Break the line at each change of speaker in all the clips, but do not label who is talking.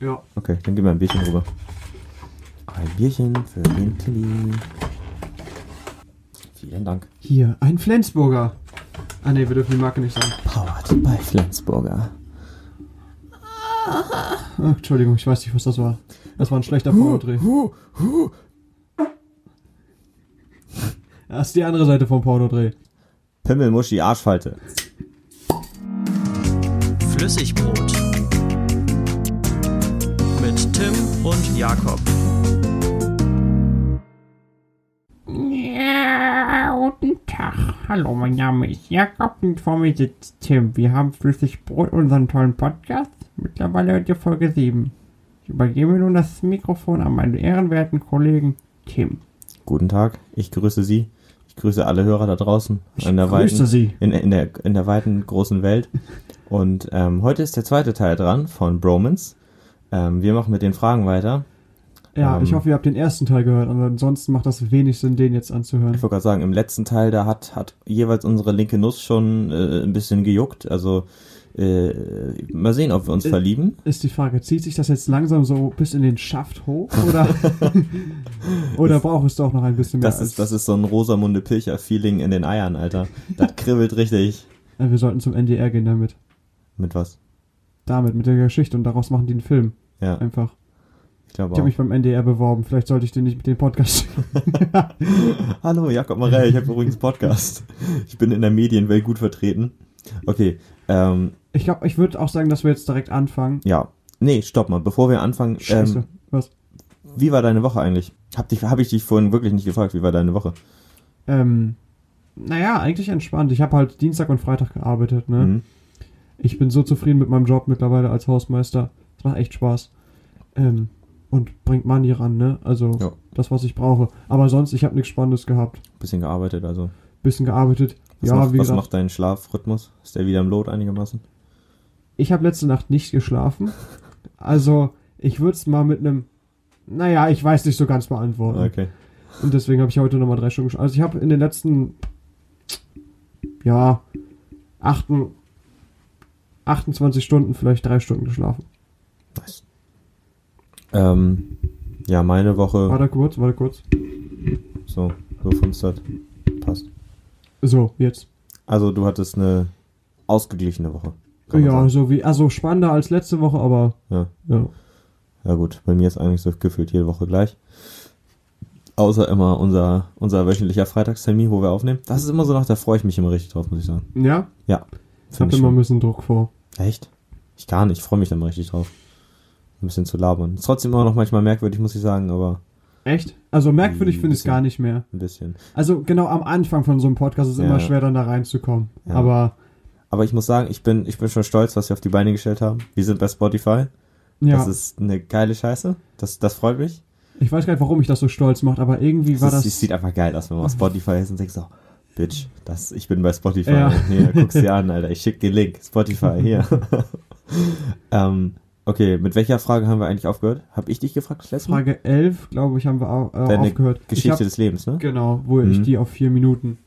Ja.
Okay, dann gib mir ein Bierchen rüber. Ein Bierchen für den Tilly. Vielen Dank.
Hier, ein Flensburger. Ah ne, wir dürfen die Marke nicht sagen.
Powered by Flensburger.
Ah, Entschuldigung, ich weiß nicht, was das war. Das war ein schlechter Pornodreh. Das ist die andere Seite vom Pornodreh.
Pimmelmuschi Arschfalte.
Flüssigbrot mit Tim und Jakob.
Ja, guten Tag. Hallo, mein Name ist Jakob und vor mir sitzt Tim. Wir haben Flüssigbrot, unseren tollen Podcast. Mittlerweile hört ihr Folge 7. Ich übergebe nun das Mikrofon an meinen ehrenwerten Kollegen Tim.
Guten Tag, ich grüße Sie. Ich grüße alle Hörer da draußen in der,
grüße
weiten,
Sie.
In, in, der, in der weiten großen Welt. Und ähm, heute ist der zweite Teil dran von Bromance. Ähm, wir machen mit den Fragen weiter.
Ja, ich
Ähm.
hoffe, ihr habt den ersten Teil gehört. Und ansonsten macht das wenig Sinn, den jetzt anzuhören.
Ich wollte gerade sagen, im letzten Teil, da hat, hat jeweils unsere linke Nuss schon äh, ein bisschen gejuckt. Also äh, mal sehen, ob wir uns
Äh,
verlieben.
Ist die Frage, zieht sich das jetzt langsam so bis in den Schaft hoch? Oder, oder braucht es doch noch ein bisschen mehr?
Das ist, das ist so ein rosamunde Pilcher-Feeling in den Eiern, Alter. Das kribbelt richtig.
Äh, wir sollten zum NDR gehen damit.
Mit was?
Damit, mit der Geschichte. Und daraus machen die einen Film.
Ja,
Einfach.
ich glaube
Ich habe
auch.
mich beim NDR beworben. Vielleicht sollte ich den nicht mit dem Podcast.
Hallo, Jakob Marell, ich habe übrigens Podcast. Ich bin in der Medienwelt gut vertreten. Okay, ähm,
Ich glaube, ich würde auch sagen, dass wir jetzt direkt anfangen.
ja. Nee, stopp mal, bevor wir anfangen.
Scheiße.
Ähm,
Was?
wie war deine Woche eigentlich? Hab, dich, hab ich dich vorhin wirklich nicht gefragt, wie war deine Woche?
Ähm, naja, eigentlich entspannt. Ich habe halt Dienstag und Freitag gearbeitet. Ne?
Mhm.
Ich bin so zufrieden mit meinem Job mittlerweile als Hausmeister. Es macht echt Spaß. Ähm, und bringt Money ran, ne? Also
Ja.
das, was ich brauche. Aber sonst, ich habe nichts Spannendes gehabt.
Bisschen gearbeitet, also.
Bisschen gearbeitet.
Was,
ja,
macht,
wie
was
gesagt,
macht dein Schlafrhythmus? Ist der wieder im Lot einigermaßen?
ich habe letzte Nacht nicht geschlafen. Also ich würde es mal mit einem... Naja, ich weiß nicht so ganz beantworten.
Okay.
Und deswegen habe ich heute nochmal drei Stunden geschlafen. Also ich habe in den letzten, ja, achten, 28 Stunden vielleicht drei Stunden geschlafen.
Nice. Ähm, ja, meine Woche.
Warte kurz, warte kurz.
So, so funstert. Passt.
So, jetzt.
Also, du hattest eine ausgeglichene Woche. kann man
Ja,
sagen.
so wie, also spannender als letzte Woche, aber
Ja.
ja.
Ja, gut. Bei mir ist eigentlich so gefühlt jede Woche gleich. Außer immer unser, unser wöchentlicher Freitagstermin, wo wir aufnehmen. Das ist immer so noch, da freue ich mich immer richtig drauf, muss ich sagen.
Ja, ich
Find
habe
ich
immer ein
schon.
bisschen Druck vor.
Echt? Ich gar nicht. Ich freue mich dann mal richtig drauf. Ein bisschen zu labern. Ist trotzdem immer noch manchmal merkwürdig, muss ich sagen, aber
Echt? Also merkwürdig
Hm,
finde ich es
bisschen.
gar nicht mehr.
ein bisschen.
Also genau am Anfang von so einem Podcast ist es
Ja.
immer schwer, dann da reinzukommen.
Ja.
Aber
Aber ich muss sagen, ich bin, ich bin schon stolz, was wir auf die Beine gestellt haben. Wir sind bei Spotify.
ja,
Das ist eine geile Scheiße. Das, das freut mich.
ich weiß gar nicht, warum ich das so stolz macht, aber irgendwie
Das,
war
ist,
das...
das sieht einfach geil aus, wenn man auf Spotify ist und denkt so, Bitch, das, ich bin bei Spotify.
Ja.
Hier, guck's dir an, Alter. Ich schick den Link. Spotify, hier. ähm, okay, mit welcher Frage haben wir eigentlich aufgehört? Hab ich dich gefragt das letzte Mal?
Frage 11, glaube ich, haben wir au- äh,
Deine
aufgehört. Ich
Geschichte
hab-
des Lebens, ne?
Genau, wo ich
Mhm.
die auf vier Minuten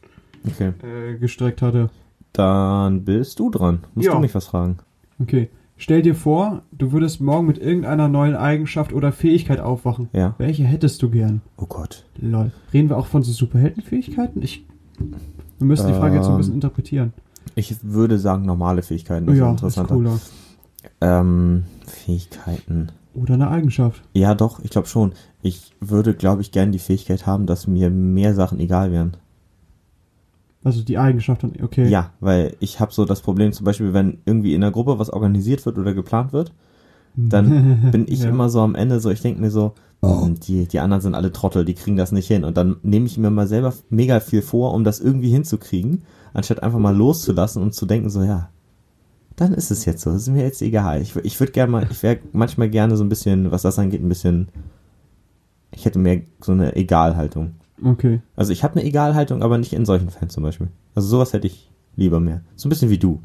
Okay.
äh, gestreckt hatte.
Dann bist du dran. Musst
Ja.
du mich was fragen.
Okay. Stell dir vor, du würdest morgen mit irgendeiner neuen Eigenschaft oder Fähigkeit aufwachen.
Ja.
Welche hättest du gern?
Oh Gott.
Lol. Reden wir auch von so Superheldenfähigkeiten? Ich. Wir müssen die Frage jetzt so ein
Ähm,
bisschen interpretieren.
Ich würde sagen, normale Fähigkeiten. Das
Ja,
ist
ist
interessanter.
cooler.
Ähm, Fähigkeiten.
Oder eine Eigenschaft.
Ja, doch, ich glaube schon. Ich würde, glaube ich, gerne die Fähigkeit haben, dass mir mehr Sachen egal wären.
Also die Eigenschaft dann, okay.
Ja, weil ich habe so das Problem, zum Beispiel, wenn irgendwie in der Gruppe was organisiert wird oder geplant wird, dann bin ich
Ja.
immer so am Ende so, ich denke mir so, "Hm, die, die anderen sind alle Trottel, die kriegen das nicht hin. Und dann nehme ich mir mal selber mega viel vor, um das irgendwie hinzukriegen, anstatt einfach mal loszulassen und zu denken, so, ja, dann ist es jetzt so, ist mir jetzt egal. Ich, wür- ich würde gerne mal, ich wäre manchmal gerne so ein bisschen, was das angeht, ein bisschen, ich hätte mehr so eine Egalhaltung.
Okay.
Also ich habe eine Egalhaltung, aber nicht in solchen Fällen zum Beispiel. Also sowas hätte ich lieber mehr. So ein bisschen wie du.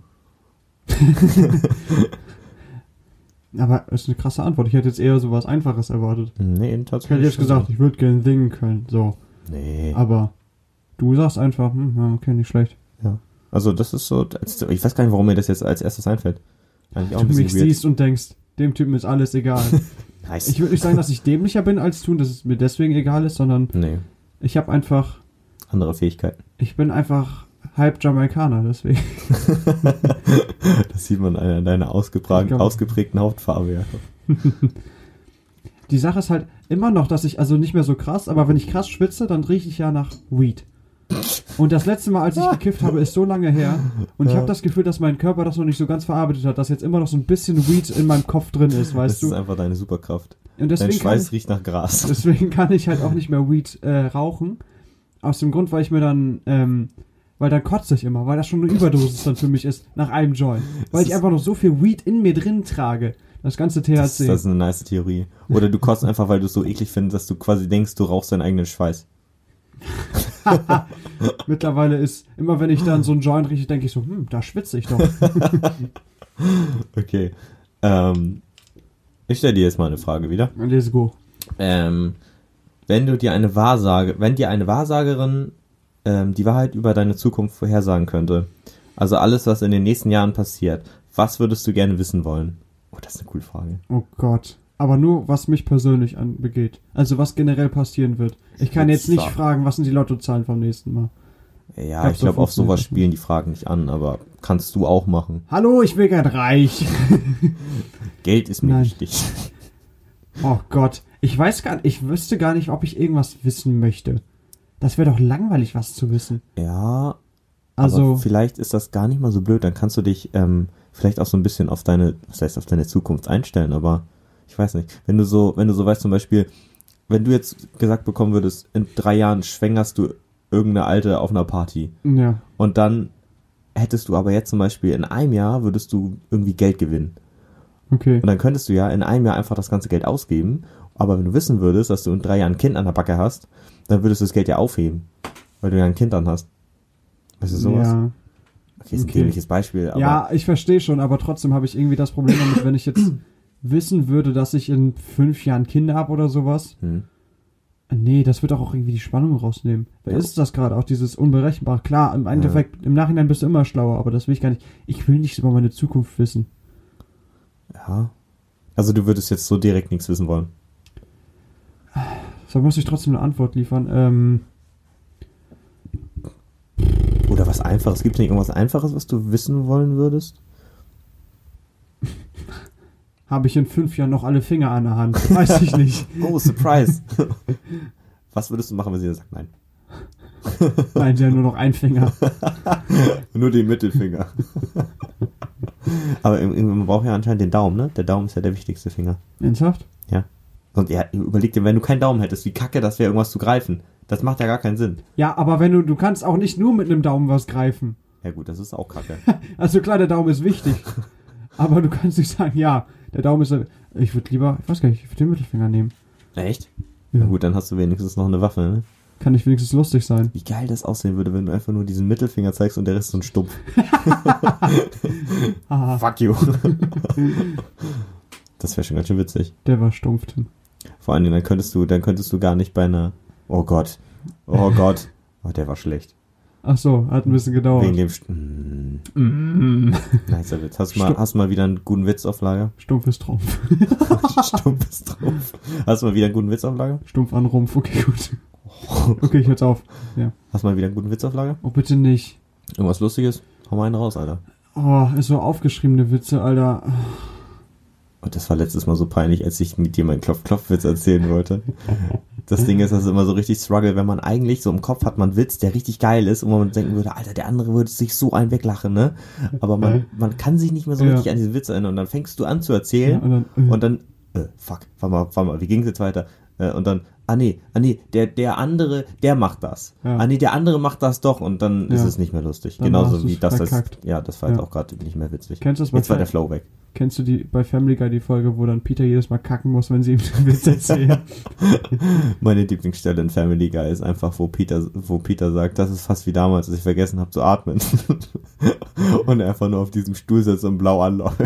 Aber ist eine krasse Antwort. Ich hätte jetzt eher sowas Einfaches erwartet.
Hm, Nee,
Ich
tatsächlich.
hätte jetzt gesagt, ich würde gerne singen können. So.
Nee.
Aber du sagst einfach, hm, ja, okay, nicht schlecht.
Also das ist so, das- ich weiß gar nicht, warum mir das jetzt als erstes einfällt. Eigentlich auch
du
ein
mich
bisschen weird.
siehst und denkst, Dem Typen ist alles egal.
Nice.
Ich würde nicht sagen, dass ich dämlicher bin als tun, dass es mir deswegen egal ist, sondern
nee,
ich habe einfach,
andere Fähigkeiten.
ich bin einfach halb Jamaikaner, deswegen.
Das sieht man an deiner
Ich
ausgeprägten,
glaub-
ausgeprägten Hautfarbe. Ja.
Die Sache ist halt immer noch, dass ich, also nicht mehr so krass, aber wenn ich krass schwitze, dann rieche ich ja nach Weed. Und das letzte Mal, als ich gekifft habe, ist so lange her. Und ich habe das Gefühl, dass mein Körper das noch nicht so ganz verarbeitet hat, dass jetzt immer noch so ein bisschen Weed in meinem Kopf drin ist,
Das
weißt
ist
du?
einfach deine Superkraft.
Und
Dein
deswegen kann,
Schweiß
ich,
riecht nach Gras.
deswegen kann ich halt auch nicht mehr Weed äh, rauchen. Aus dem Grund, weil ich mir dann, ähm, weil dann kotze ich immer, weil das schon eine Überdosis dann für mich ist, nach einem Joint. Weil
Das
ich
ist-
einfach noch so viel Weed in mir drin trage. Das ganze THC.
Das, das ist eine nice Theorie. Oder du kotzt einfach, weil du es so eklig findest, dass du quasi denkst, du rauchst deinen eigenen Schweiß.
Mittlerweile ist, immer wenn ich dann so einen Joint rieche, denke ich so, hm, da schwitze ich doch.
Okay. Ähm, ich stelle dir jetzt mal eine Frage wieder.
Let's go.
Ähm, wenn du dir eine Wahrsage, wenn dir eine Wahrsagerin ähm, die Wahrheit über deine Zukunft vorhersagen könnte, also alles, was in den nächsten Jahren passiert, was würdest du gerne wissen wollen? Oh, das ist eine coole Frage.
Oh Gott. Aber nur, was mich persönlich anbegeht. Also, was generell passieren wird. Ich kann jetzt nicht
Sagen.
fragen, was sind die Lottozahlen vom nächsten Mal.
Ja,
Glaub,
ich
so
glaube, auf
funktioniert
sowas
das
spielen die Fragen nicht an, aber kannst du auch machen.
Hallo, ich will gern reich.
Geld ist mir
Nein.
wichtig.
Oh Gott. Ich weiß gar nicht, ich wüsste gar nicht, ob ich irgendwas wissen möchte. Das wäre doch langweilig, was zu wissen.
Ja, aber
Also,
vielleicht ist das gar nicht mal so blöd. Dann kannst du dich ähm, vielleicht auch so ein bisschen auf deine, was heißt auf deine Zukunft einstellen. Aber ich weiß nicht, wenn du so, wenn du so weißt zum Beispiel, wenn du jetzt gesagt bekommen würdest, in drei Jahren schwängerst du irgendeine alte auf einer Party
ja.
und dann hättest du aber jetzt zum Beispiel in einem Jahr würdest du irgendwie Geld gewinnen
Okay.
und dann könntest du ja in einem Jahr einfach das ganze Geld ausgeben. Aber wenn du wissen würdest, dass du in drei Jahren ein Kind an der Backe hast, dann würdest du das Geld ja aufheben, weil du ja ein Kind dann hast. Weißt du sowas?
Ja.
Okay, ist ein
Okay.
dämliches Beispiel, aber
ja, ich verstehe schon, aber trotzdem habe ich irgendwie das Problem damit, wenn ich jetzt wissen würde, dass ich in fünf Jahren Kinder habe oder sowas.
Hm.
Nee, das wird auch irgendwie die Spannung rausnehmen. Wer
Ja.
ist das gerade? Auch dieses Unberechenbare. Klar, im Endeffekt, im Nachhinein bist du immer schlauer, aber das will ich gar nicht. Ich will nichts über meine Zukunft wissen.
ja. Also du würdest jetzt so direkt nichts wissen wollen.
Da muss ich trotzdem eine Antwort liefern. Ähm,
Oder was Einfaches. Gibt es nicht irgendwas Einfaches, was du wissen wollen würdest?
habe ich in fünf Jahren noch alle Finger an der Hand? Weiß ich nicht.
Oh, Surprise! was würdest du machen, wenn sie sagt nein?
Nein, sie haben nur noch einen Finger.
Nur den Mittelfinger. aber im- im- man braucht ja anscheinend den Daumen, ne? Der Daumen ist ja der wichtigste Finger.
Ernsthaft?
Ja. Und ja, überleg dir, wenn du keinen Daumen hättest, wie kacke das wäre, irgendwas zu greifen. Das macht ja gar keinen Sinn.
Ja, aber wenn du, du kannst auch nicht nur mit einem Daumen was greifen.
Ja gut, das ist auch kacke.
Also klar, der Daumen ist wichtig. aber du kannst nicht sagen, ja, der Daumen ist. Ich würde lieber, ich weiß gar nicht, ich würde den Mittelfinger nehmen.
Echt?
Ja.
Na gut, dann hast du wenigstens noch eine Waffe, ne?
Kann ich wenigstens lustig sein.
Wie geil das aussehen würde, wenn du einfach nur diesen Mittelfinger zeigst und der Rest so ein Stumpf.
Haha,
Fuck you. das wäre schon ganz schön witzig.
der war stumpf, Tim.
Vor allen Dingen, dann könntest du, dann könntest du gar nicht bei einer. Oh Gott. Oh Gott. Oh, der war schlecht.
Ach so, hat ein bisschen
Wegen
gedauert.
dem. St mm.
Mm,
Nice Witz. Hast du mal, hast du mal wieder einen guten Witz auf Lager?
stumpf ist Trumpf.
Stumpf ist drauf. Hast du mal wieder einen guten Witz auf Lager?
Stumpf an Rumpf, okay, gut. Okay, ich hör's auf.
Hast du mal wieder einen guten Witz auf Lager?
Oh, bitte nicht.
Irgendwas Lustiges? Hau mal einen raus, Alter.
Oh, ist so aufgeschriebene Witze, Alter.
Und das war letztes Mal so peinlich, als ich mit dir meinen Klopf-Klopf-Witz erzählen wollte. Das Ding ist, das ist immer so richtig Struggle, wenn man eigentlich so im Kopf hat man einen Witz, der richtig geil ist und wo man denken würde, Alter, der andere würde sich so einen weglachen, ne? Aber man, man kann sich nicht mehr so
Ja.
richtig an diesen Witz erinnern und dann fängst du an zu
Ja,
erzählen
und dann, äh.
und dann, äh, fuck, warte mal, warte mal, wie ging's jetzt weiter? Äh, und dann, ah nee, ah nee, der, der andere, der macht das.
Ja.
Ah nee, der andere macht das doch und dann ist
Ja.
es nicht mehr lustig.
Dann hast
Genauso
du's
wie das, das,
verkackt.
ja, das war jetzt
Ja.
auch gerade nicht mehr witzig.
Kennst du das bei
Jetzt war der
Fa-
Flow weg.
Kennst du die bei Family Guy die Folge, wo dann Peter jedes Mal kacken muss, wenn sie ihm den Witz erzählen?
Meine Lieblingsstelle in Family Guy ist einfach, wo Peter, wo Peter sagt, das ist fast wie damals, als ich vergessen habe zu atmen. und er einfach nur auf diesem Stuhl sitzt und blau anläuft.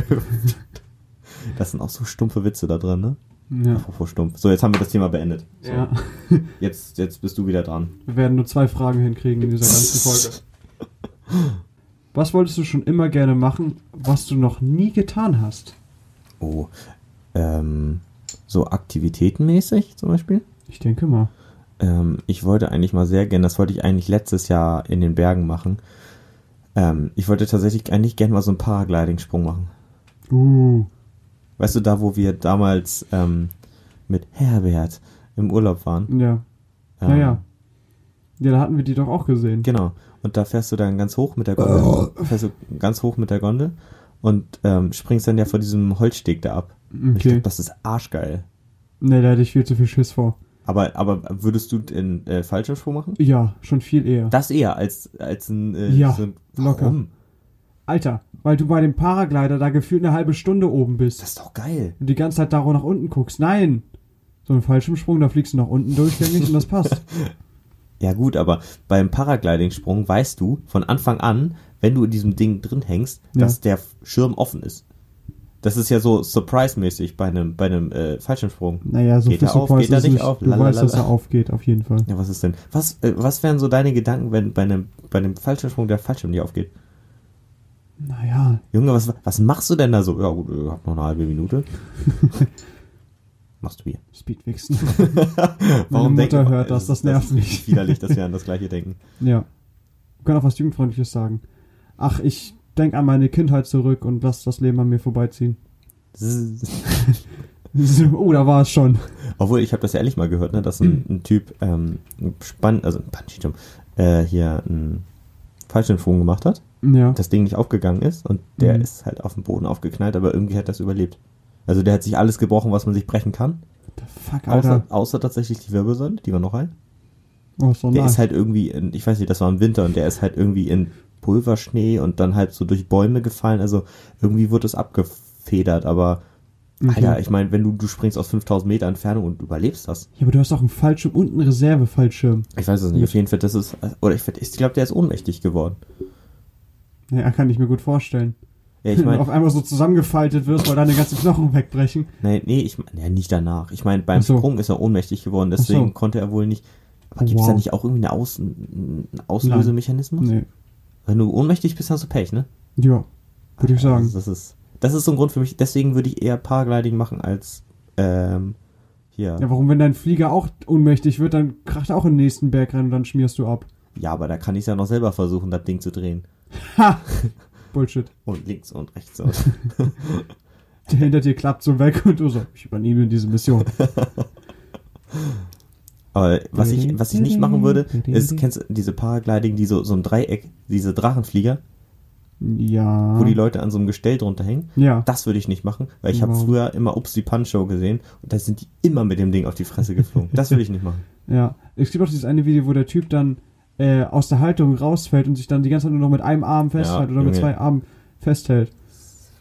Das sind auch so stumpfe Witze da drin, ne?
ja.
Apropos stumpf. So, jetzt haben wir das Thema beendet. So,
ja.
jetzt, jetzt bist du wieder dran.
Wir werden nur zwei Fragen hinkriegen in dieser ganzen Folge. Was wolltest du schon immer gerne machen, was du noch nie getan hast?
Oh, ähm, so aktivitätenmäßig zum Beispiel?
Ich denke mal.
Ähm, ich wollte eigentlich mal sehr gern, das wollte ich eigentlich letztes Jahr in den Bergen machen. Ähm, ich wollte tatsächlich eigentlich gern mal so einen Paragliding-Sprung machen.
Uh.
Weißt du, da wo wir damals ähm, mit Herbert im Urlaub waren.
Ja.
Ähm,
Ja, ja. Ja, da hatten wir die doch auch gesehen.
Genau. Und da fährst du dann ganz hoch mit der Gondel. Fährst du ganz hoch mit der Gondel und ähm, springst dann ja vor diesem Holzsteg da ab. Ich
Okay.
glaub, das ist arschgeil.
Ne, da hatte ich viel zu viel Schiss vor.
Aber, aber würdest du den äh, Fallschirmsprung machen?
Ja, schon viel eher.
Das eher als, als ein. Äh,
Ja,
so ein,
locker.
Warum?
Alter, weil du bei dem Paraglider da gefühlt eine halbe Stunde oben bist
Das ist doch geil.
und die ganze Zeit darauf nach unten guckst. Nein! So ein Fallschirmsprung, da fliegst du nach unten durchgängig und das passt.
Ja, gut, aber beim Paragliding-Sprung weißt du von Anfang an, wenn du in diesem Ding drin hängst,
Ja.
dass der Schirm offen ist. Das ist ja so surprise-mäßig bei einem, bei einem äh, Fallschirmsprung.
Naja, so
Geht
viel
er auf,
Surprise
geht er
ist
nicht
nicht.
auf?
Du weißt, dass er
Lalalala.
aufgeht, auf jeden Fall.
Ja, was ist denn? Was, äh, was wären so deine Gedanken, wenn bei einem, bei einem Fallschirmsprung der Fallschirm nicht aufgeht?
Naja,
Junge, was, was machst du denn da so? Ja, gut, ich hab noch eine halbe Minute. Machst du hier.
Speedwichsen.
Warum
Meine
denken-
Mutter hört das, das nervt
ist
mich.
Widerlich, dass wir an das Gleiche denken.
Ja. Ich kann auch was Jugendfreundliches sagen. Ach, ich denk an meine Kindheit zurück und lass das Leben an mir vorbeiziehen. oh, da war es schon.
Obwohl, ich habe das ja ehrlich mal gehört, ne, dass ein, ein Typ ähm, spannend, also ein Bungee-Jump, äh, hier einen Fallschirmsprung gemacht hat,
Ja.
das Ding nicht aufgegangen ist und der
Mhm.
ist halt auf dem Boden aufgeknallt, aber irgendwie hat das überlebt. Also der hat sich alles gebrochen, was man sich brechen kann,
Fuck,
außer,
Alter.
außer tatsächlich die Wirbelsäule, die war noch rein.
Oh, so
Der
nice.
ist halt irgendwie, in, ich weiß nicht, das war im Winter und der ist halt irgendwie in Pulverschnee und dann halt so durch Bäume gefallen. Also irgendwie wurde es abgefedert, aber halt-
Mhm.
Alter, ich meine, wenn du, du springst aus 5000 Meter Entfernung und überlebst das.
Ja, aber du hast auch einen Fallschirm und einen Reservefallschirm.
Ich weiß es
Hm.
nicht, auf jeden Fall, das ist, oder ich, ich glaube, der ist ohnmächtig geworden.
Ja, kann ich mir gut vorstellen.
Ja, ich
Wenn du auf
meine,
einmal so zusammengefaltet wirst, weil deine ganzen Knochen wegbrechen.
nee, nee, ich meine, ja, nicht danach. Ich meine, beim
Ach so.
Sprung ist er ohnmächtig geworden,
so.
deswegen konnte er wohl nicht. Aber
Oh,
gibt es da
wow.
nicht auch irgendwie eine Außen, einen Auslösemechanismus?
Nee.
Wenn du ohnmächtig bist, hast du Pech, ne?
Ja, würde ich sagen.
Also das ist, das ist so ein Grund für mich. Deswegen würde ich eher Paragliding machen als ähm, hier.
Ja,
Ja.
warum, wenn dein Flieger auch ohnmächtig wird, dann kracht er auch in den nächsten Berg rein und dann schmierst du ab.
aber da kann ich ja noch selber versuchen, das Ding zu drehen.
Ha! Bullshit.
Und links und rechts. Und
Der hinter dir klappt so weg und du so, ich übernehme diese Mission.
aber was ich, was ich nicht machen würde, ist, kennst du diese Paragliding, die so, so ein Dreieck, diese Drachenflieger,
Ja.
wo die Leute an so einem Gestell drunter hängen?
Ja.
Das würde ich nicht machen, weil ich habe
Warum?
früher immer Ups die Punch Show gesehen und da sind die immer mit dem Ding auf die Fresse geflogen. Das würde ich nicht machen.
Ja. Es gibt auch dieses eine Video, wo der Typ dann äh, aus der Haltung rausfällt und sich dann die ganze Zeit nur noch mit einem Arm festhält oder mit
Junge.
zwei Armen festhält.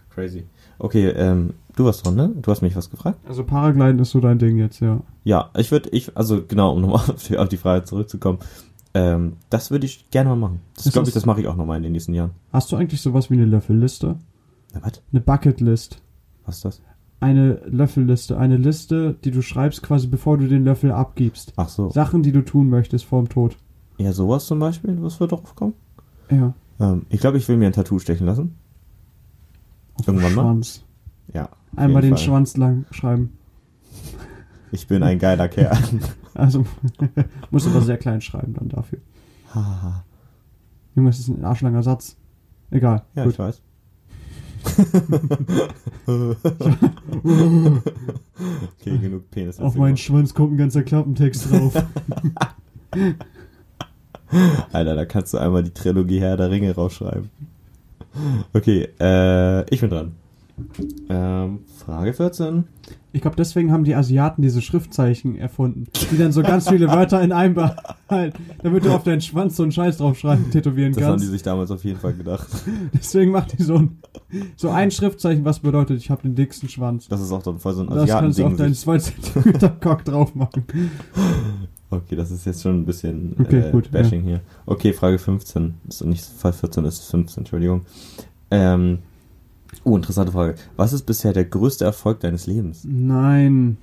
Crazy. Okay, ähm, du warst dran, ne? Du hast mich was gefragt?
Also Paragliden ist so dein Ding jetzt, ja.
Ja, ich würde, ich, also genau, um nochmal auf die, auf die Frage zurückzukommen, ähm, das würde ich gerne mal machen. Das
Das
glaube ich,
ist-
das mache ich auch nochmal in den nächsten Jahren.
Hast du eigentlich sowas wie eine Löffelliste?
Na, was?
Eine Bucketlist.
Was ist das?
Eine Löffelliste. Eine Liste, die du schreibst quasi bevor du den Löffel abgibst.
Ach so.
Sachen, die du tun möchtest vorm Tod.
Ja, sowas zum Beispiel, was wird drauf kommen?
Ja.
Ähm, ich glaube, ich will mir ein Tattoo stechen lassen.
Auf
Irgendwann
den
mal?
Schwanz.
Ja. auf
Einmal
jeden
den
Fall.
Schwanz lang schreiben.
Ich bin ein geiler Kerl.
Also, muss aber sehr klein schreiben dann dafür.
Haha.
Junge, das ist ein arschlanger Satz. Egal.
ja, ich
gut.
weiß. okay, genug Penis.
Auf meinen Schwanz kommt ein ganzer Klappentext drauf.
Alter, da kannst du einmal die Trilogie Herr der Ringe rausschreiben. Okay, äh, ich bin dran. Ähm, Frage 14.
Ich glaube, deswegen haben die Asiaten diese Schriftzeichen erfunden, die dann so ganz viele Wörter in einem behalten, damit du auf deinen Schwanz so einen Scheiß draufschreiben, tätowieren
Das haben die
kannst.
sich damals auf jeden Fall gedacht.
Deswegen macht die so ein, so ein Schriftzeichen, was bedeutet, ich habe den dicksten Schwanz.
Das ist auch dann voll so ein
Das kannst du auf deinen 2
Asiatending.
cm Cock drauf machen.
Okay, das ist jetzt schon ein bisschen
Okay,
äh,
gut,
Bashing hier. Okay, Frage 15. Ist nicht Fall 14, ist 15, Entschuldigung. Ähm, oh, interessante Frage. Was ist bisher der größte Erfolg deines Lebens?
Nein.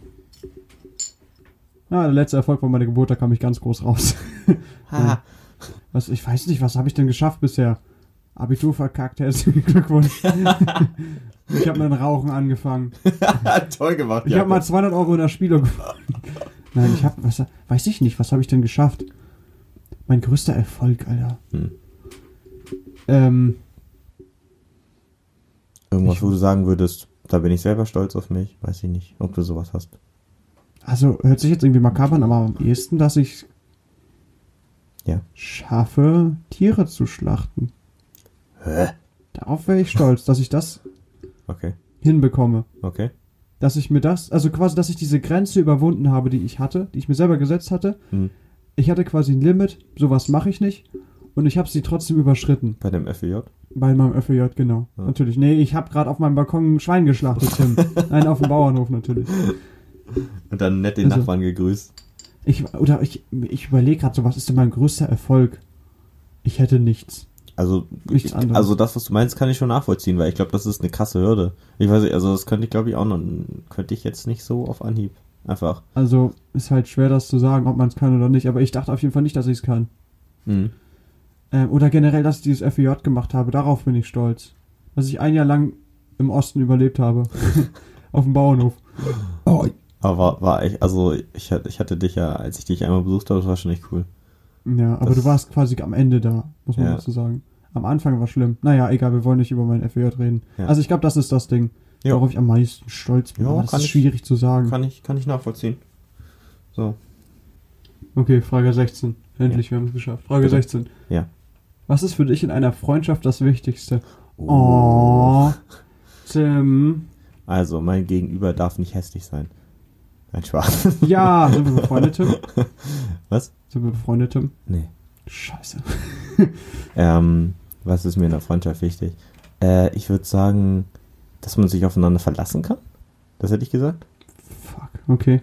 Ah, der letzte Erfolg war meine Geburt, da kam ich ganz groß raus.
Ha,
Was, ich weiß nicht, was habe ich denn geschafft bisher? Abitur verkackt, herzlichen Glückwunsch. Ich habe mit dem Rauchen angefangen.
Toll gemacht,
Ich habe mal 200 Euro in der Spielung gefangen. Nein, ich habe, was, weiß ich nicht, was habe ich denn geschafft? Mein größter Erfolg, Alter.
Hm.
Ähm,
Irgendwas, wo du sagen würdest, da bin ich selber stolz auf mich. Weiß ich nicht, ob du sowas hast.
also hört sich jetzt irgendwie makaber an, aber am ehesten, dass ich
Ja.
schaffe, Tiere zu schlachten.
Hä?
Darauf wäre ich stolz, dass ich das
Okay,
hinbekomme.
okay.
dass ich mir das, also quasi, dass ich diese Grenze überwunden habe, die ich hatte, die ich mir selber gesetzt hatte.
Hm.
Ich hatte quasi ein Limit, sowas mache ich nicht. Und ich habe sie trotzdem überschritten.
Bei dem FEJ?
Bei meinem FEJ, genau.
Ja.
Natürlich. Nee, ich habe gerade auf meinem Balkon ein Schwein geschlachtet, Tim. Nein, auf dem Bauernhof natürlich.
Und dann nett den
Also-
Nachbarn gegrüßt.
Ich, oder ich, ich überlege gerade so, was ist denn mein größter Erfolg? Ich hätte nichts.
Also,
Nichts
ich,
anderes.
also das, was du meinst, kann ich schon nachvollziehen, weil ich glaube, das ist eine krasse Hürde. Ich weiß nicht, also das könnte ich glaube ich auch noch, könnte ich jetzt nicht so auf Anhieb. Einfach.
Also ist halt schwer, das zu sagen, ob man es kann oder nicht. Aber ich dachte auf jeden Fall nicht, dass ich es kann.
Mhm.
Ähm, oder generell, dass ich dieses FEJ gemacht habe. Darauf bin ich stolz. Dass ich ein Jahr lang im Osten überlebt habe. Auf dem Bauernhof.
Oh. Aber war, war ich, also ich, hatte- ich hatte dich ja, als ich dich einmal besucht habe, das war schon echt cool.
Ja, aber
Das-
du warst quasi am Ende da, muss man
Ja.
dazu sagen. Am Anfang war schlimm. Naja, egal, wir wollen nicht über mein FEJ reden.
Ja.
Also ich glaube, das ist das Ding,
Ja.
worauf ich am meisten stolz bin.
Ja,
aber das
kann
ist
ich-
schwierig zu sagen.
Kann ich, kann ich nachvollziehen. So.
Okay, Frage 16. Endlich, wir haben es geschafft. Frage
Bitte?
16.
Ja.
Was ist für dich in einer Freundschaft das Wichtigste? Oh. Tim.
Also, mein Gegenüber darf nicht hässlich sein. Ein Spaß.
Ja, sind wir befreundet, Tim?
Was?
Sind wir befreundet, Tim?
Nee.
Scheiße.
Ähm, was ist mir in der Freundschaft wichtig? Äh, ich würde sagen, dass man sich aufeinander verlassen kann. Das hätte ich gesagt.
Fuck, okay.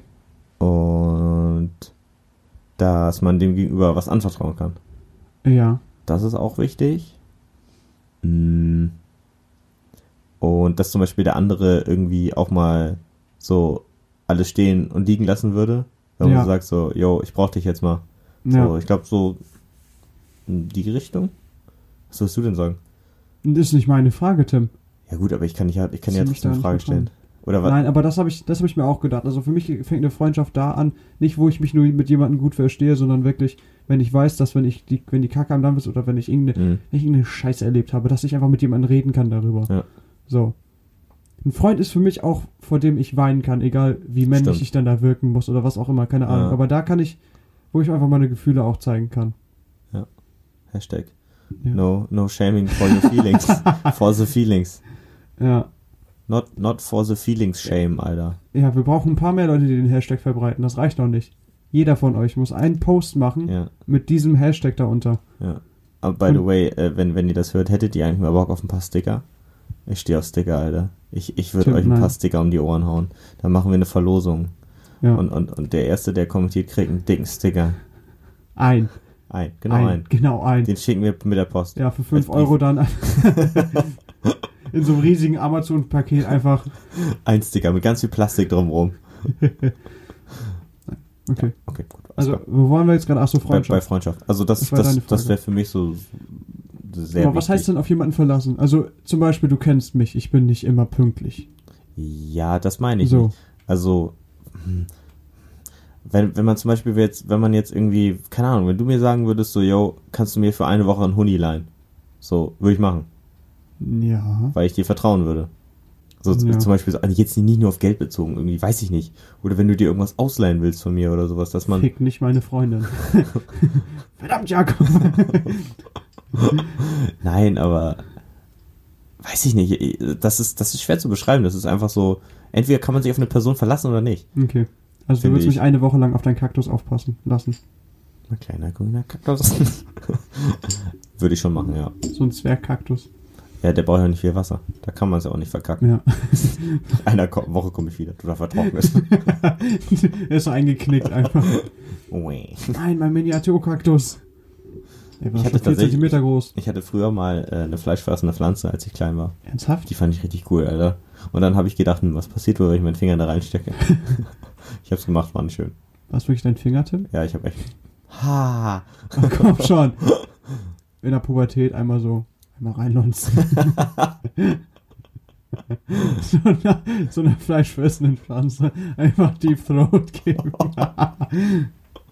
Und dass man dem Gegenüber was anvertrauen kann.
Ja.
Das ist auch wichtig. Mm. Und dass zum Beispiel der andere irgendwie auch mal so alles stehen und liegen lassen würde. Wenn
Ja.
man sagt so, yo, ich brauch dich jetzt mal.
ja.
So, ich glaube so in die Richtung. Was würdest du denn sagen?
Das ist nicht meine Frage, Tim.
Ja gut, aber ich kann, nicht, ich kann
Sie
ja
mich
trotzdem
da
eine
nicht
Frage stellen. Oder was?
Nein, aber das habe ich, das hab ich mir auch gedacht. Also für mich fängt eine Freundschaft da an, nicht wo ich mich nur mit jemandem gut verstehe, sondern wirklich, wenn ich weiß, dass wenn ich die, wenn die Kacke am Dampf ist oder wenn ich irgendeine,
Mhm.
wenn ich irgendeine Scheiße erlebt habe, dass ich einfach mit jemandem reden kann darüber.
Ja.
So. Ein Freund ist für mich auch, vor dem ich weinen kann, egal wie männlich
Stimmt.
ich dann da wirken muss oder was auch immer, keine Ahnung.
Ja.
Aber da kann ich, wo ich einfach meine Gefühle auch zeigen kann.
Hashtag.
Ja.
No, no shaming for your feelings. for the feelings.
Ja.
Not, not for the feelings shame, Alter.
Ja, wir brauchen ein paar mehr Leute, die den Hashtag verbreiten. Das reicht noch nicht. Jeder von euch muss einen Post machen
Ja,
mit diesem Hashtag darunter.
ja. Aber by
Mhm.
the way, äh, wenn, wenn ihr das hört, hättet ihr eigentlich mal Bock auf ein paar Sticker? Ich stehe auf Sticker, Alter. Ich, ich würde
Stimmt,
euch ein paar
nein.
Sticker um die Ohren hauen. Dann machen wir eine Verlosung.
Ja.
Und, und, und der Erste, der kommentiert, kriegt einen dicken Sticker.
ein.
Ein, genau
ein.
ein.
Genau ein.
Den schicken wir mit der Post.
Ja, für 5
Brief.
Euro dann in so einem riesigen Amazon-Paket einfach.
Ein Sticker mit ganz viel Plastik drumrum.
Okay.
Okay, gut.
Also, wo waren wir jetzt gerade? Ach so,
bei, bei
Freundschaft.
Freundschaft. Also das,
Das
das,
war deine
das,
Frage.
wäre für mich so sehr
Aber was heißt
wichtig.
denn auf jemanden verlassen? Also, zum Beispiel, du kennst mich. Ich bin nicht immer pünktlich.
Ja, das meine ich.
So.
Nicht. Also hm, wenn, wenn man zum Beispiel jetzt, wenn man jetzt irgendwie, keine Ahnung, wenn du mir sagen würdest, so, yo, kannst du mir für eine Woche einen Huni leihen? So, würde ich machen,
Ja.
weil ich dir vertrauen würde. So z-
Ja.
zum Beispiel, so, also jetzt nicht nur auf Geld bezogen, irgendwie, weiß ich nicht. Oder wenn du dir irgendwas ausleihen willst von mir oder sowas, dass man.
Fick nicht meine Freundin. Verdammt, Jakob.
Nein, aber weiß ich nicht. Das ist, das ist schwer zu beschreiben. Das ist einfach so, entweder kann man sich auf eine Person verlassen oder nicht.
Okay. Also, du
Finde
willst
ich.
mich eine Woche lang auf deinen Kaktus aufpassen lassen.
Ein kleiner grüner Kaktus. Würde ich schon machen, ja.
So ein Zwergkaktus.
Ja, der braucht ja nicht viel Wasser. Da kann man es ja auch nicht verkacken.
Ja.
In einer Ko Woche komme ich wieder. Du da vertrocknet.
er ist so eingeknickt einfach.
Ui.
Nein, mein Miniaturkaktus. Der war
Ich hatte
schon 4
tatsächlich-
cm groß.
ich hatte früher mal äh, eine fleischfressende Pflanze, als ich klein war.
Ernsthaft?
Die fand ich richtig cool, Alter. Und dann habe ich gedacht, hm, was passiert wohl, wenn ich meinen Finger da reinstecke? ich habe es gemacht, war nicht schön.
War es wirklich dein Finger, Tim?
Ja, ich habe echt.
Ach,
Ha!
komm schon. In der Pubertät einmal so, einmal reinlunzen. so einer, so einer fleischfressenden Pflanze einfach Deep Throat geben.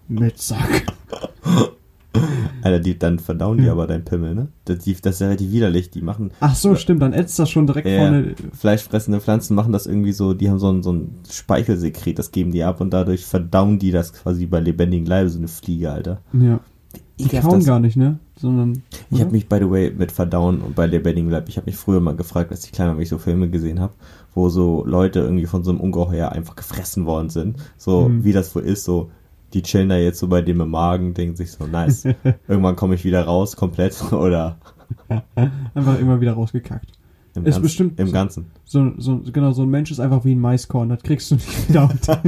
Mit Sack.
Alter, die, dann verdauen
Hm.
die aber dein Pimmel, ne? Das, die, das ist ja relativ widerlich. Die machen
Ach so, stimmt, dann ätzt das schon direkt
Ja,
vorne.
fleischfressende Pflanzen machen das irgendwie so, die haben so ein, so ein Speichelsekret, das geben die ab und dadurch verdauen die das quasi bei lebendigem Leibe, so eine Fliege, Alter.
Ja. Die
Ekelhaft,
kauen
das-
gar nicht, ne? Sondern.
Ich habe
oder?
mich, by the way, mit Verdauen und bei lebendigem Leib, ich habe mich früher mal gefragt, als ich klein war, wenn ich so Filme gesehen habe, wo so Leute irgendwie von so einem Ungeheuer einfach gefressen worden sind. So,
Mhm.
wie das wohl ist, so, die chillen da jetzt so bei dem im Magen, denken sich so, nice, irgendwann komme ich wieder raus, komplett, oder
einfach immer wieder rausgekackt.
im,
Ist
Ganzen,
bestimmt-
im Ganzen.
So, so, genau, so ein Mensch ist einfach wie ein Maiskorn, das kriegst du nicht wieder unter.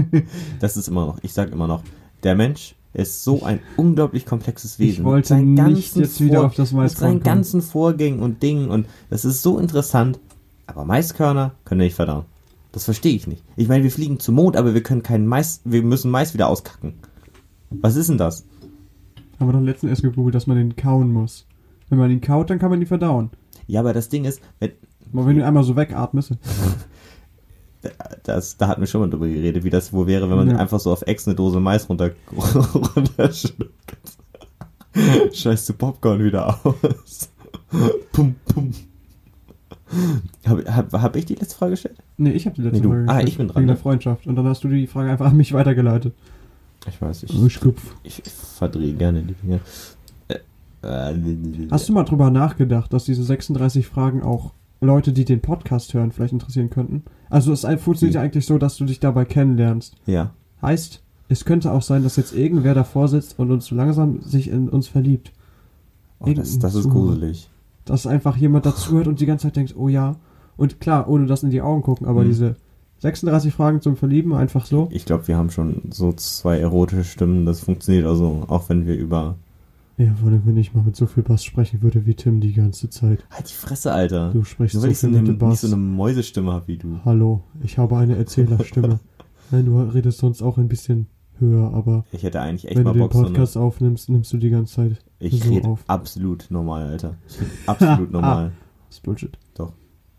Das ist immer noch, ich sag immer noch, der Mensch ist so ein unglaublich komplexes Wesen.
Ich wollte
seinen
nicht
ganzen
jetzt wieder auf das
Mit
Maiskorn
seinen
kommen.
ganzen Vorgängen und Dingen und das ist so interessant, aber Maiskörner können wir nicht verdauen. Das verstehe ich nicht. Ich meine, wir fliegen zum Mond, aber wir können keinen Mais, wir müssen Mais wieder auskacken. Was ist denn das?
Haben wir doch letztens erst gegoogelt, dass man den kauen muss. Wenn man ihn kaut, dann kann man ihn verdauen.
Ja, aber das Ding ist, wenn,
Aber wenn du ihn einmal so wegatmest,
das, da hatten wir schon mal drüber geredet, wie das wohl wäre, wenn man
Ja.
einfach so auf Ex eine Dose Mais runter, runterschluckt. Scheißt du Popcorn wieder aus. pum, pum. Hab, hab, hab ich die letzte Frage gestellt?
Nee, ich habe die letzte
Nee, du.
Frage
Ah,
gestellt,
ich bin dran,
Wegen der
ne?
Freundschaft. Und dann hast du die Frage einfach an mich weitergeleitet.
Ich weiß, ich,
Rüschkupf.
ich verdrehe gerne die Finger. Äh, äh,
Hast du mal drüber nachgedacht, dass diese 36 Fragen auch Leute, die den Podcast hören, vielleicht interessieren könnten? Also es funktioniert ja eigentlich so, dass du dich dabei kennenlernst.
Ja.
Heißt, es könnte auch sein, dass jetzt irgendwer davor sitzt und uns so langsam sich in uns verliebt.
Oh, das, das ist
Irgendein Zuhörer.
gruselig.
Dass einfach jemand dazuhört und die ganze Zeit denkt, oh ja. Und klar, ohne das in die Augen gucken, aber
Mhm.
diese 36 Fragen zum Verlieben einfach so.
Ich glaube, wir haben schon so zwei erotische Stimmen, das funktioniert also, auch wenn wir über.
Ja, würde, wenn ich mal mit so viel Bass sprechen würde wie Tim die ganze Zeit.
Halt die Fresse, Alter.
Du sprichst
Nur
so
weil ich so
viel
eine,
mit dem Bass.
nicht so eine Mäusestimme habe wie du.
Hallo, ich habe eine Erzählerstimme. Nein, du redest sonst auch ein bisschen höher, aber
Ich hätte eigentlich echt
wenn du
mal ne?
den
Bock, so eine,
Podcast aufnimmst, nimmst du die ganze Zeit.
Ich
so
rede
auf.
absolut normal, Alter. Ich rede absolut normal.
Das ist Bullshit.
Doch.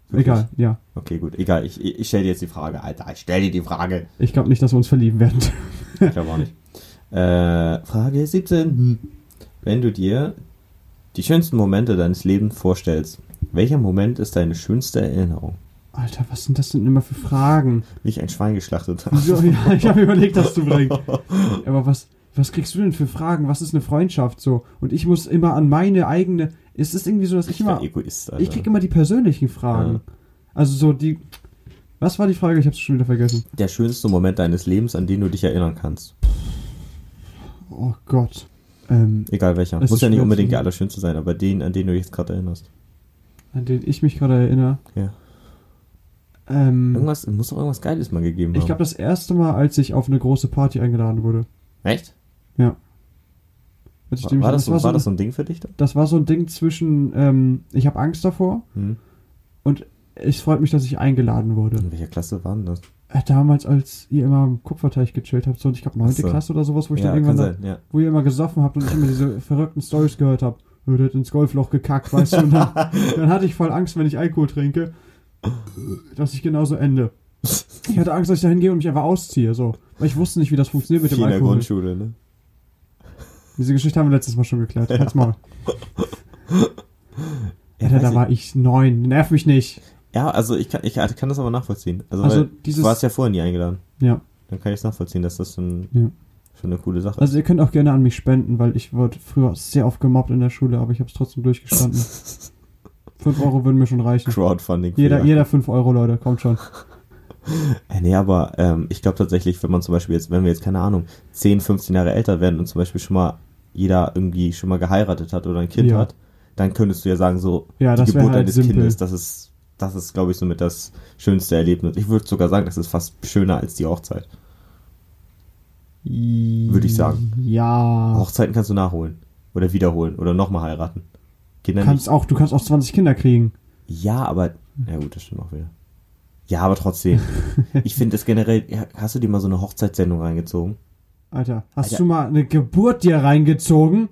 Wirklich?
Ah, Egal, ja.
Okay, gut. Egal. Ich, ich stelle dir jetzt die Frage, Alter. Ich stelle dir die Frage.
Ich glaube nicht, dass wir uns verlieben werden.
Ich glaube auch nicht. Äh, Frage 17. Hm. Wenn du dir die schönsten Momente deines Lebens vorstellst, welcher Moment ist deine schönste Erinnerung?
Alter, was sind das denn immer für Fragen?
Mich ein Schwein geschlachtet.
So, ja, ich habe überlegt, das zu bringen. Aber was, was kriegst du denn für Fragen? Was ist eine Freundschaft so? Und ich muss immer an meine eigene. Es ist irgendwie so, dass ich
Ich war
immer.
Egoist, Alter.
Ich krieg immer die persönlichen Fragen.
Ja.
Also so die. Was war die Frage? Ich hab's schon wieder vergessen.
Der schönste Moment deines Lebens, an den du dich erinnern kannst.
Oh Gott. Ähm,
Egal welcher.
Es
Muss
ist
ja nicht
schwer
unbedingt
zu-
der allerschönste sein, aber den, an den du dich jetzt gerade erinnerst.
an den ich mich gerade erinnere.
Ja.
Ähm,
Irgendwas, muss doch irgendwas Geiles mal gegeben haben.
ich glaube, das erste Mal, als ich auf eine große Party eingeladen wurde.
Echt?
Als ich
War,
nämlich-
war, das so, war
ein-
das so ein Ding für dich dann?
das war so ein Ding zwischen, ähm, ich habe Angst davor
Hm.
und es freut mich, dass ich eingeladen wurde.
In welcher Klasse war denn das?
Äh, Damals, als ihr immer im Kupferteich gechillt habt, so und ich glaube neunte
Ach so.
Klasse oder sowas, wo ich
ja,
dann irgendwann
kann
da-
sein, ja.
wo ihr immer gesoffen habt und ich immer diese verrückten Stories gehört habe. Oh, der hat ins Golfloch gekackt, weißt du? Und dann, dann hatte ich voll Angst, wenn ich Alkohol trinke, dass ich genauso ende. Ich hatte Angst, dass ich da hingehe und mich einfach ausziehe, so. Weil ich wusste nicht, wie das funktioniert mit
Viel in
dem
der
Alkohol.
Grundschule, ne?
Diese Geschichte haben wir letztes Mal schon geklärt. Halt's Maul.
Ja,
Alter,
weiß
da
ich-
war ich neun. Nerv mich nicht.
Ja, also ich kann, ich kann das aber nachvollziehen. Also,
Also
weil
dieses-
du warst ja vorher nie eingeladen.
Ja.
Dann kann ich es nachvollziehen, dass das schon,
Ja.
schon eine coole Sache
Also ihr könnt auch gerne an mich spenden, weil ich wurde früher sehr oft gemobbt in der Schule, aber ich habe es trotzdem durchgestanden. Fünf Euro würden mir schon reichen.
ist. Crowdfunding. für-
Jeder, jeder fünf Euro, Leute, kommt schon.
Äh, Nee, aber ähm, ich glaube tatsächlich, wenn man zum Beispiel jetzt, wenn wir jetzt, keine Ahnung, 10, 15 Jahre älter werden und zum Beispiel schon mal jeder irgendwie schon mal geheiratet hat oder ein Kind
Ja.
hat, dann könntest du ja sagen, so,
Ja, das
die
wär
Geburt
halt
eines
simpel.
Kindes, das ist, das ist, glaube ich, somit das schönste Erlebnis. Ich würde sogar sagen, das ist fast schöner als die Hochzeit.
Würde
ich sagen.
Ja.
Hochzeiten kannst du nachholen. Oder wiederholen. Oder nochmal heiraten. Kinder nicht.
kannst auch, du kannst auch 20 Kinder kriegen.
Ja, aber. Ja, gut, das stimmt auch wieder. Ja, aber trotzdem. ich finde das generell. ja, Hast du dir mal so eine Hochzeitssendung reingezogen?
Alter, hast
Alter.
du mal eine Geburt dir reingezogen?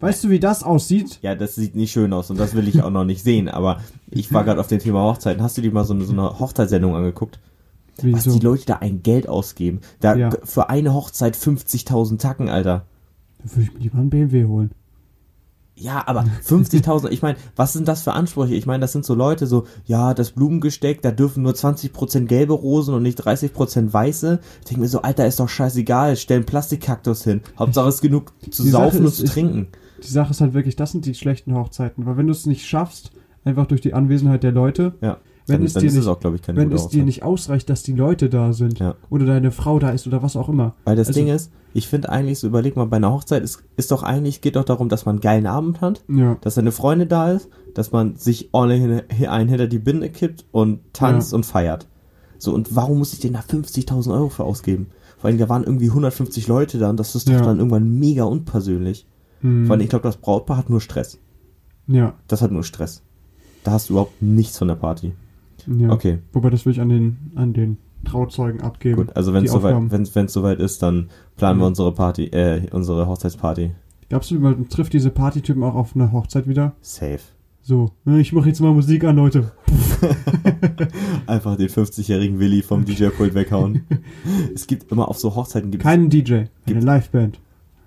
Weißt du, wie das aussieht?
Ja, das sieht nicht schön aus und das will ich auch noch nicht sehen, aber ich war gerade auf dem Thema Hochzeiten. Hast du dir mal so eine, so eine Hochzeitssendung angeguckt? Was die
Wieso?
Leute da ein Geld ausgeben. Da
Ja.
für eine Hochzeit 50.000 Tacken, Alter.
Dann würde ich mir lieber einen BMW holen.
Ja, aber 50.000, ich meine, was sind das für Ansprüche? Ich meine, das sind so Leute so, ja, das Blumengesteck, da dürfen nur 20% gelbe Rosen und nicht 30% weiße. Ich denke mir so, Alter, ist doch scheißegal, stell einen Plastikkaktus hin. Hauptsache es ist genug zu
Die Sache
saufen und
ist,
zu
ich-
trinken.
Die Sache ist halt wirklich, das sind die schlechten Hochzeiten. Weil wenn du es nicht schaffst, einfach durch die Anwesenheit der Leute,
Ja.
wenn
dann
es
dann
dir
ist es
nicht-
auch, glaube ich, keine
wenn
gute
es dir
Hochzeit.
nicht ausreicht, dass die Leute da sind
Ja.
oder deine Frau da ist oder was auch immer.
Weil das
Also-
Ding ist, ich finde eigentlich, so überleg mal, bei einer Hochzeit ist, ist doch eigentlich, geht doch darum, dass man einen geilen Abend hat,
Ja.
dass seine Freunde da ist, dass man sich ordentlich hin- hin- einen hinter die Binde kippt und tanzt
Ja.
und feiert. So, und warum muss ich denn da 50.000 Euro für ausgeben? Vor allem, da waren irgendwie 150 Leute da und das ist doch
Ja.
dann irgendwann mega unpersönlich.
Hm.
Vor allem, ich glaube, das Brautpaar hat nur Stress.
Ja.
Das hat nur Stress. Da hast du überhaupt nichts von der Party.
ja.
Okay.
Wobei das will ich an den, an den Trauzeugen abgeben.
Gut, also wenn
die
es soweit,
Aufgaben.
wenn's, wenn's soweit ist, dann planen wir
Mhm.
unsere Party, äh, unsere Hochzeitsparty.
Glaubst du, man trifft diese Partytypen auch auf einer Hochzeit wieder?
Safe.
So, ne, ich mache jetzt mal Musik an, Leute.
Einfach den 50-jährigen Willi vom DJ-Pult weghauen. es gibt immer auf so Hochzeiten gibt
Keinen DJ, eine
Gibt's-
Liveband.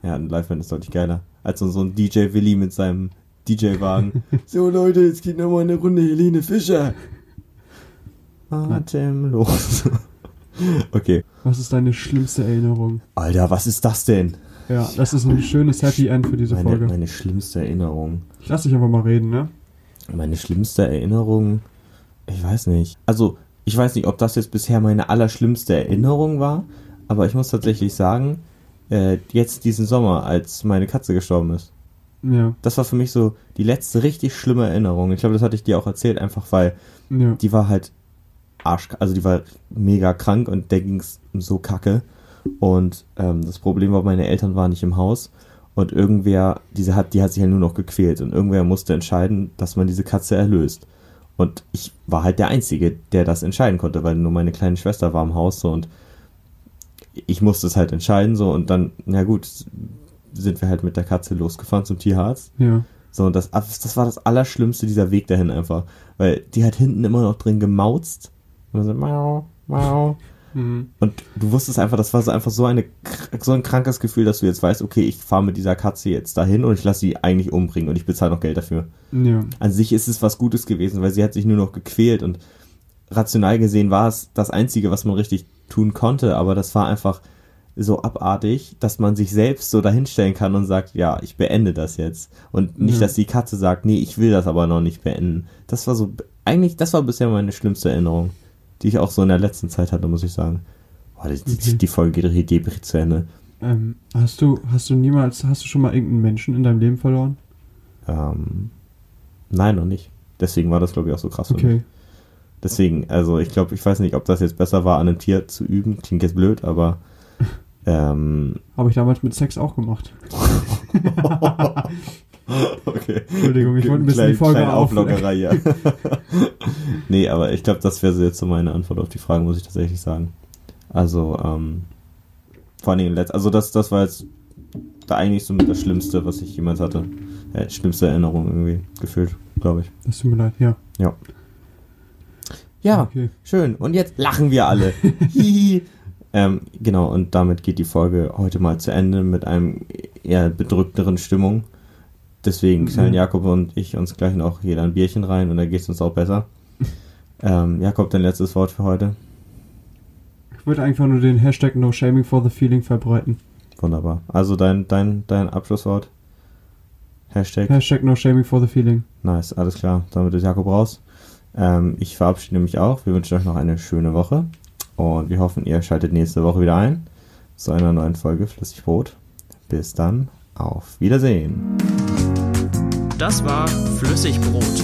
Ja, ein Liveband ist deutlich geiler. Als so so ein DJ Willi mit seinem DJ-Wagen. so Leute, jetzt geht nochmal eine Runde Helene Fischer. Atemlos. okay.
Was ist deine schlimmste Erinnerung?
Alter, was ist das denn?
Ja, das ist ein schönes Happy End für diese
Meine,
Folge.
meine schlimmste Erinnerung.
Ich lass dich einfach mal reden, ne?
Meine schlimmste Erinnerung. Ich weiß nicht. Also, ich weiß nicht, ob das jetzt bisher meine allerschlimmste Erinnerung war, aber ich muss tatsächlich sagen, äh, jetzt diesen Sommer, als meine Katze gestorben ist.
Ja,
Das war für mich so die letzte richtig schlimme Erinnerung. Ich glaube, das hatte ich dir auch erzählt, einfach weil
ja.
die war halt arsch, also die war mega krank und der ging's so kacke. Und ähm, das Problem war, meine Eltern waren nicht im Haus und irgendwer, diese hat, die hat sich halt nur noch gequält und irgendwer musste entscheiden, dass man diese Katze erlöst. Und ich war halt der Einzige, der das entscheiden konnte, weil nur meine kleine Schwester war im Haus so und ich musste es halt entscheiden so und dann, na gut, sind wir halt mit der Katze losgefahren zum Tierarzt
Ja.
so, und das, das war das Allerschlimmste, dieser Weg dahin einfach. Weil die hat hinten immer noch drin gemauzt. Immer so, mau, mau.
Mhm.
Und du wusstest einfach, das war so einfach so, eine, kr- so ein krankes Gefühl, dass du jetzt weißt, okay, ich fahre mit dieser Katze jetzt dahin und ich lasse sie eigentlich umbringen und ich bezahle noch Geld dafür.
Ja.
An sich ist es was Gutes gewesen, weil sie hat sich nur noch gequält und rational gesehen war es das Einzige, was man richtig tun konnte, aber das war einfach so abartig, dass man sich selbst so dahinstellen kann und sagt, ja, ich beende das jetzt. Und nicht,
Ja.
dass die Katze sagt, nee, ich will das aber noch nicht beenden. Das war so, eigentlich, das war bisher meine schlimmste Erinnerung, die ich auch so in der letzten Zeit hatte, muss ich sagen. Boah, die, die,
Mhm.
die Folge geht richtig debris zu Ende.
Ähm, hast du, hast du niemals, hast du schon mal irgendeinen Menschen in deinem Leben verloren?
Ähm, nein, noch nicht. Deswegen war das, glaube ich, auch so krass. für mich.
Okay.
Deswegen, also ich glaube, ich weiß nicht, ob das jetzt besser war, an einem Tier zu üben. Klingt jetzt blöd, aber ähm,
Habe ich damals mit Sex auch gemacht.
okay.
Entschuldigung, ich wollte ein bisschen die Folge
kleine
auflockern.
Auflockerei, ja. nee, aber ich glaube, das wäre so jetzt so meine Antwort auf die Frage, muss ich tatsächlich sagen. Also, ähm, vor allen Dingen letzt, also das, das war jetzt da eigentlich so mit das Schlimmste, was ich jemals hatte. Äh, schlimmste Erinnerung irgendwie gefühlt, glaube ich.
Das tut mir leid, ja.
Ja,
Okay.
Schön. Und jetzt lachen wir alle. Hihi. ähm, genau, und damit geht die Folge heute mal zu Ende mit einem eher bedrückteren Stimmung. Deswegen knallen
Mhm.
Jakob und ich uns gleich noch jeder ein Bierchen rein und dann geht es uns auch besser. Ähm, Jakob, dein letztes Wort für heute.
Ich würde einfach nur den Hashtag No Shaming for the Feeling verbreiten.
Wunderbar. Also dein, dein, dein Abschlusswort. Hashtag.
Hashtag No Shaming for the Feeling.
Nice, alles klar. Damit ist Jakob raus. Ähm, ich verabschiede mich auch. Wir wünschen euch noch eine schöne Woche. Und wir hoffen, ihr schaltet nächste Woche wieder ein zu einer neuen Folge Flüssigbrot. Bis dann. Auf Wiedersehen.
Das war Flüssigbrot.